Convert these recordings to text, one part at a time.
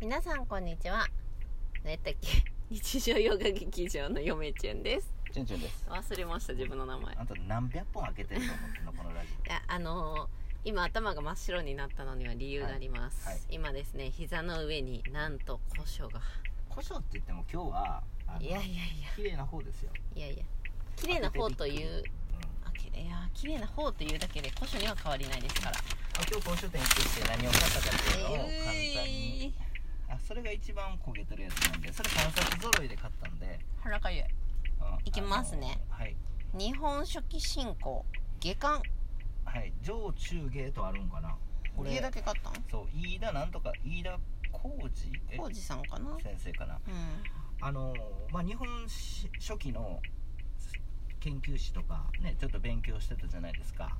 皆さんこんにちは何やったっけ 日常ヨガ劇場の嫁ちゃんですチュンチュンです忘れました自分の名前いあんた何百本開けてると思ってんのこのラジやあのー今頭が真っ白になったのには理由があります、はいはい今ですね膝の上になんと胡椒がオ古書って言っても今日はあのいやいやい綺麗な方ですよ、やいやいや綺麗な方といううん、あきれいや綺麗な方というだけで古書には変わりないですからあ今日古書店行ってきて何を買ったかっていうのを簡単えに、いあそれが一番焦げてるやつなんでそれ観冊揃いで買ったんで、腹かゆいうん、いきますねあのはい日本初期進行下巻はい上中下とあるんかなこれ家だけ買ったんそう飯田なんとか飯田浩二え浩二さんかなうん先生かなあのまあ、日本史初期の研究史とか、ね、ちょっと勉強してたじゃないですか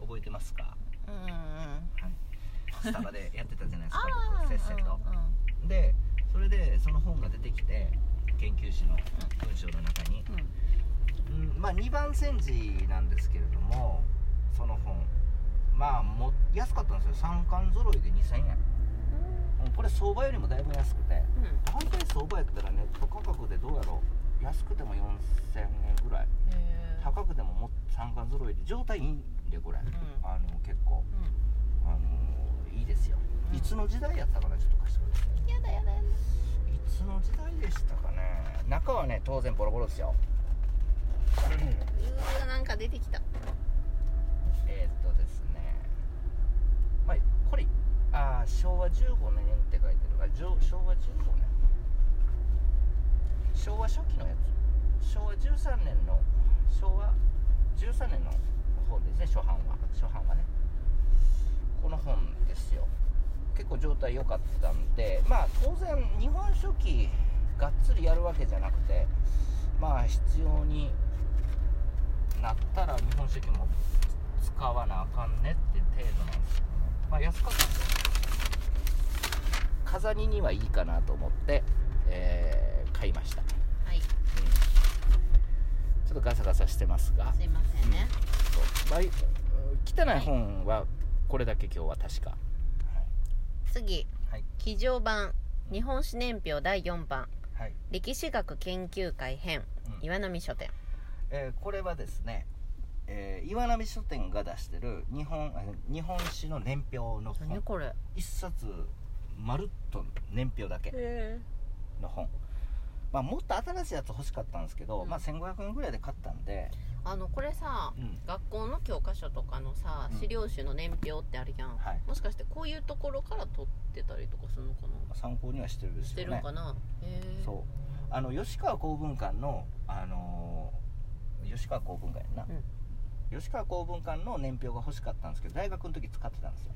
覚えてますか、うんうんうんはい、スタバ でやってたじゃないですあかあ僕せっせとでそれでその本が出てきて研究史の文章の中に、うんうんうんまあ、2番煎じなんですけれどもその本まあも安かったんですよ3巻揃いで2000円、うん、これ相場よりもだいぶ安くてうん本当に相場やったらネット価格でどうやろう安くても4000円ぐらいへー高くてもも三冠揃いで状態いいんでこれ、んあの結構うあのいいですよ、うんいつの時代やったかなちょっと貸してくださんやだやだやだいいつの時代でしたかね中はね当然ボロボロで すようーなんか出てきたえーっとですねまあこれあー昭和15年って書いてるからじょ昭和15年昭和初期のやつ昭和13年の昭和13年の方ですね初版は初版はねこの本ですよ結構状態良かったんでまあ当然日本書紀がっつりやるわけじゃなくてまあ必要になったら日本書紀も使わなあかんねって程度なんですけどねまあ安かったんで飾りにはいいかなと思って、えー買いました、うんちはいすょっとガサガサしてますがいませんねそうまあい汚い本はこれだけ今日は確か次はい騎乗版日本史年表第4番はい、歴史学研究会編うん岩波書店えーこれはですね、えー岩波書店が出してる日本あ日本史の年表の何本これ一冊まるっと年表だけへの本、まあ、もっと新しいやつ欲しかったんですけど、うんまあ、1500円ぐらいで買ったんで、あのこれさうん学校の教科書とかのさうん資料集の年表ってあるやんはい、もしかしてこういうところから取ってたりとかするのかな参考にはしてるんですしてよるんねかなへえそうあの吉川公文館の、あのー吉川公文館やんな、吉川公文館の年表が欲しかったんですけど大学の時使ってたんですよ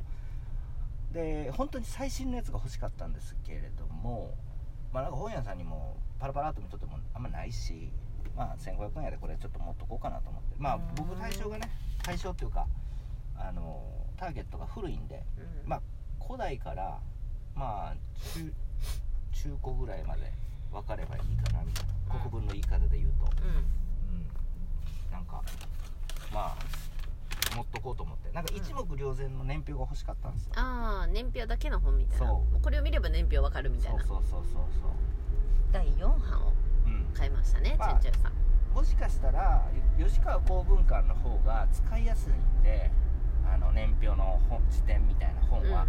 で本当に最新のやつが欲しかったんですけれどもまあなんか本屋さんにもパラパラっと見とってもあんまないしまあ1500円やでこれちょっと持っとこうかなと思ってまあうん僕対象がね対象っていうかあのーターゲットが古いんでうんまあ古代からまあ中中古ぐらいまで分かればいいかなみたいなうん国分の言い方で言うと、ううん、なんかまあ持っとこうと思ってなんか一目瞭然の年表が欲しかったんですよん、ああ年表だけの本みたいなそうもうこれを見れば年表わかるみたいそうなそうそうそうそ第4版をう、うん、買いましたね、まあちんちんさんもしかしたらよ吉川公文館の方が使いやすいんであの年表の本辞典みたいな本うんうんは、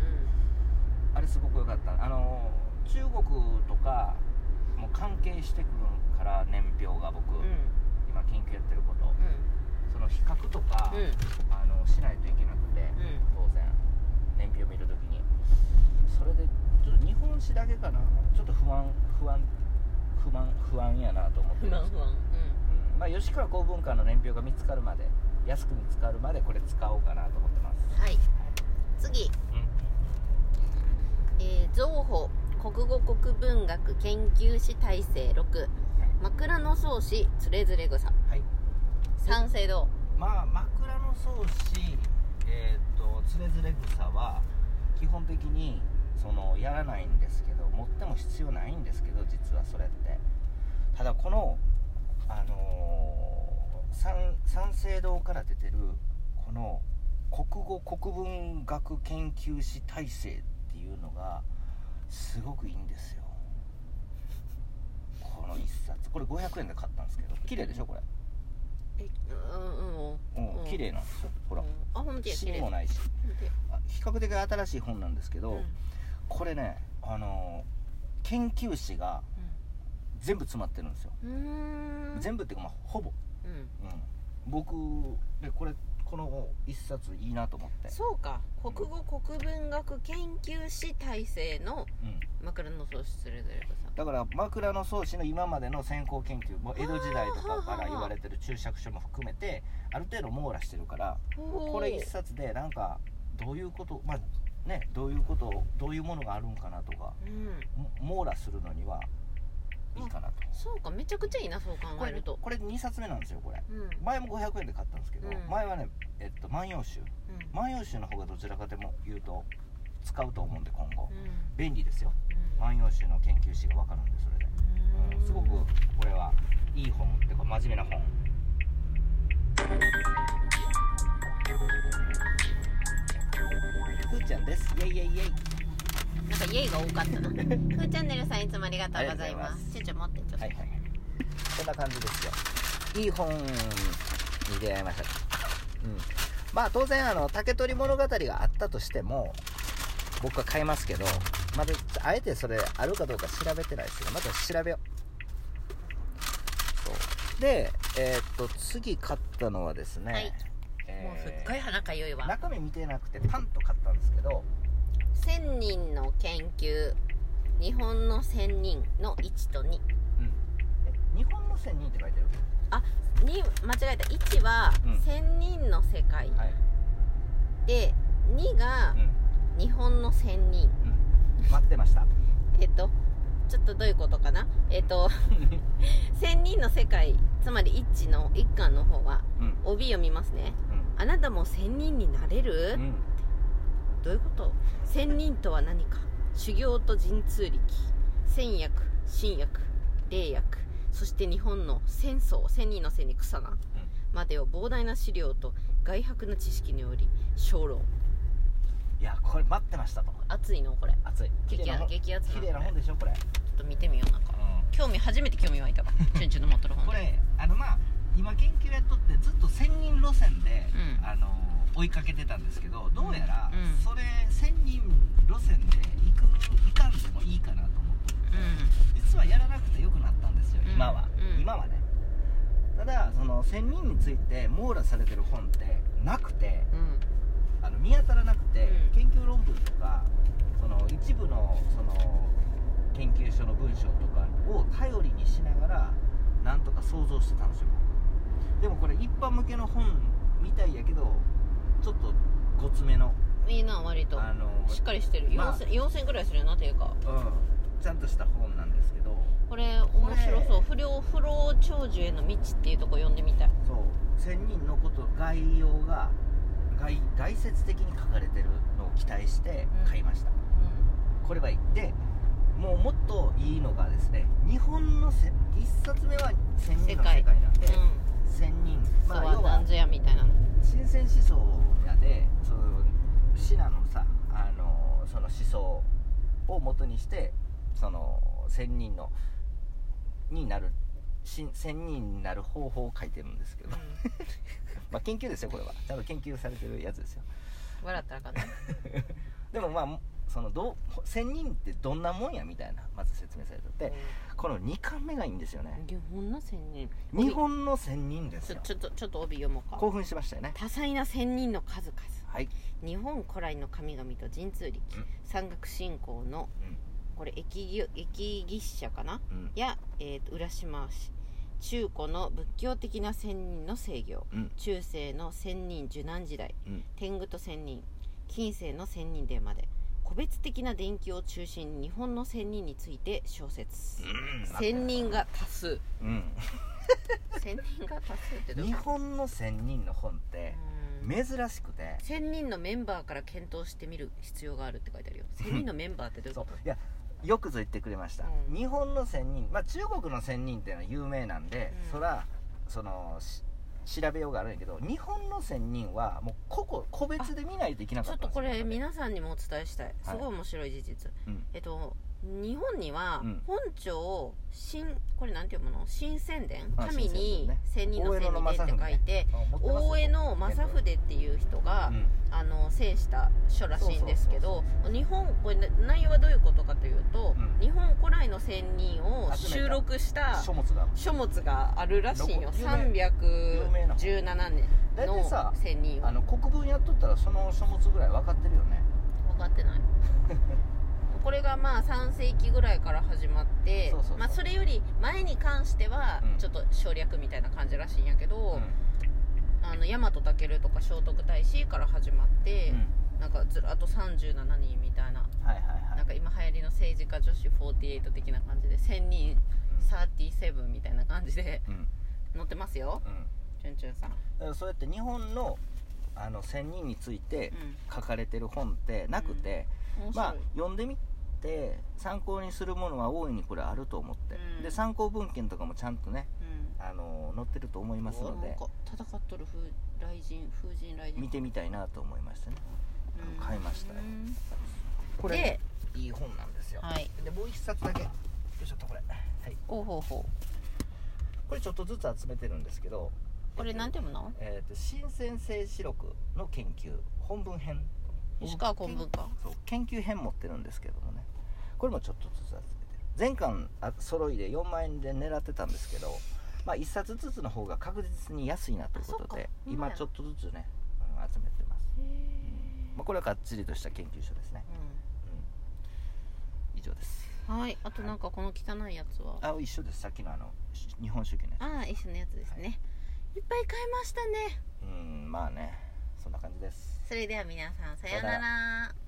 あれすごく良かったあの中国とかも関係してくるから年表が僕、うん今研究やってることその比較とか、うんうんあのしないといけなくて、うん当然年表見るときにそれでちょっと日本史だけかなちょっと不安不安不満不安やなと思って不るんで安す不けど、安うんまあ、吉川公文館の年表が見つかるまで安く見つかるまでこれ使おうかなと思ってます、うんはい次うんえー「造法国語国文学研究史体制6」「枕草子つれづれ草」はい三省堂まあ枕草子えっ、とつれづれ草は基本的にそのやらないんですけど持っても必要ないんですけど実はそれってただこのあのー三三省堂から出てるこの国語国文学研究史体制っていうのがすごくいいんですよこの一冊これ500円で買ったんですけど綺麗でしょこれえうんうんうんうん綺麗なんですよほらうんあ本当や綺シミ麗も本ないし当やあ比較的新しい本なんですけど、うんこれねあのー研究誌が全部詰まってるんですよ、うんうーん全部っていうかまあほぼ、うんうん、僕でこれこの一冊いいなと思ってそうか国語国文学研究士体制のうん枕の創出レズレコさんだから枕草子の今までの先行研究もう江戸時代とかかはあはあはあら言われてる注釈書も含めてある程度網羅してるからこれ一冊でなんかどういうことまあねどういうことどういうものがあるんかなとかうんも網羅するのにはいいかなとそうかめちゃくちゃいいなそう考こえれるとこれ2冊目なんですよこれうんうん前も500円で買ったんですけど、うん前はね「えっと、万葉集」「万葉集」の方がどちらかでも言うと使うと思うんで今後うん便利ですようん万葉集の研究士が分かるんでそれで。うーんすごくこれはいい本ってか真面目な本ふーちゃんですイェイイェイイェイなんかイエイが多かった なふーチャンネルさんいつもありがとうございまありがとうございますすちょちょ持ってちょっとはいはいこんな感じですよいい本に出会いましたうんまあ当然あの竹取物語があったとしても僕は買いますけどまだあえてそれあるかどうか調べてないですけどまだ調べようそうでえーっと次買ったのはですね、はいえーもうすっごい鼻かゆいわ中身見てなくてパンと買ったんですけど千人の研究日本の千人の1と2日本の千人って書いてるに間違えた1はうん千人の世界、はい、で2が日本の千人うん、待ってましたえっとちょっとどういうことかなえっ と千人の世界つまり1の1巻の方はうん帯読みますねあなたも千人になれる、うん、うんどういうこと仙人とは何か修行と神通力仙薬新薬霊薬そして日本の戦争千人の千に草な、までを膨大な資料と外迫な知識により小論いやこれ待ってましたと熱いのこれちょ熱い激な本激アツな綺麗な本でしょこれ、っと見てみようなんか興味初めて興味湧い たわチュンチュンの持っとる本これあのまあ今研究やっとってずっと千人路線で、うんあの追いかけてたんですけどどうやら、うんそれ千人路線で行く行かんでもいいかなと思ってう実はやらなくてよくなったんですよ、うん今は、うん今はねただその仙人について網羅されてる本ってなくてんうんあの見当たらなくて、うん研究論文とかその一部のその研究所の文章とかを頼りにしながらなんとか想像してたんですよ僕でもこれ一般向けの本みたいやけどちょっとごつめのいいな割とあの、しっかりしてるまあ4000 4000ぐらいするよな定価うん、ちゃんとした本なんですけどこれ面白そこうれ不良不老長寿への道っていうとこ読んでみたいそう仙人のこと概要が概概説的に書かれてるのを期待してうん買いました、うこれはいいでもうもっといいのがですね日本のせ1冊目は仙人の世界なんでん、うん仙人ままああ、要はなんぞやみたいなの新鮮思想やでそのシナのさあのその思想を元にしてその仙人のになるし仙人になる方法を書いてるんですけど、まあ研究ですよこれは多分研究されてるやつですよ笑ったらあかんねでもまあそのどう仙人ってどんなもんやみたいなまず説明されててこの2巻目がいいんですよね日本の仙人日本の仙人ですちょよちょっとちょっと帯読もうか興奮しましたよね多彩な仙人の数々はい日本古来の神々と神通力、うん山岳信仰の、うんこれ駅ぎ駅牛社かなうんや、えーと浦島氏中古の仏教的な仙人の制御、うん中世の仙人受難時代、うん天狗と仙人近世の仙人伝まで個別的な伝記を中心に日本の仙人について小説、うん仙人が多数うん仙人が多数ってどうい日うこ本の仙人の本ってとうん珍しくて仙人のメンバーから検討してみる必要があるって書いてあるよ仙人のメンバーってどういうそこうといやよくぞ言ってくれました、うん日本の仙人まあ中国の仙人っていうのは有名なんで、うんそらそのし調べようがあるんやけど日本の仙人はもう個々個別で見ないといけなちかょっったとんですこよれ皆さんにもお伝えしたいすはいごい面白い事実、うんえっと日本にはうん本朝新これなんて読むの神宣伝あ神に千神人宣伝ねの千に伝って書いてあ持ってますよ大江の正筆っていう人が、うんあの制した書らしいんですけそうど日本これな内容はどういうことかというと、うん日本古来の仙人を集め収た録した書物が書物があるらしいよ有名名な317年大体さの仙人あはの国文やっとったらその書物ぐらい分かってるよね分かって ないこれがまあ3世紀ぐらいから始まってそうそうそうまあそれより前に関してはうんちょっと省略みたいな感じらしいんやけうど、んあの大和武とか聖徳太子から始まって、なんかずらっと37人みたいなはいはいはないんか今流行りの政治家女子48的な感じで1000人37みたいな感じでうんうん載ってますようんチュンチュンさん、だからそうやって日本のあの仙人についてう書かれてる本ってなくて、ん、面白い、まあ読んでみて参考にするものは大いにこれあると思って、うんで参考文献とかもちゃんとねうんあの載ってると思いますのうわなでんか戦っとる風雷神風神雷神見てみたいなと思いましたねうん買いましたようんこれねいい本なんですよ、で、はい、でもう一冊だけよいしょっとこれ、はい、ほうほうほうこれちょっとずつ集めてるんですけどこれなんて読むのえー、と新鮮性史録の研究本文編石川昆文かそう研究編持ってるんですけどもねこれもちょっとずつ集めてる前巻あ揃いで4万円で狙ってたんですけど、まあ、1冊ずつの方が確実に安いなというあこそとっかでほんま今やちょっとずつね、うん集めてます、へまあ、これはがっちりとした研究所ですね、ーうん、以上ですうんはいあとなんかこの汚いやつはあ一緒ですさっきのあのし日本酒記のやああ一緒のやつですねいっぱい買いましたねつうんまあねそんな感じですそれでは皆さんさようさなようら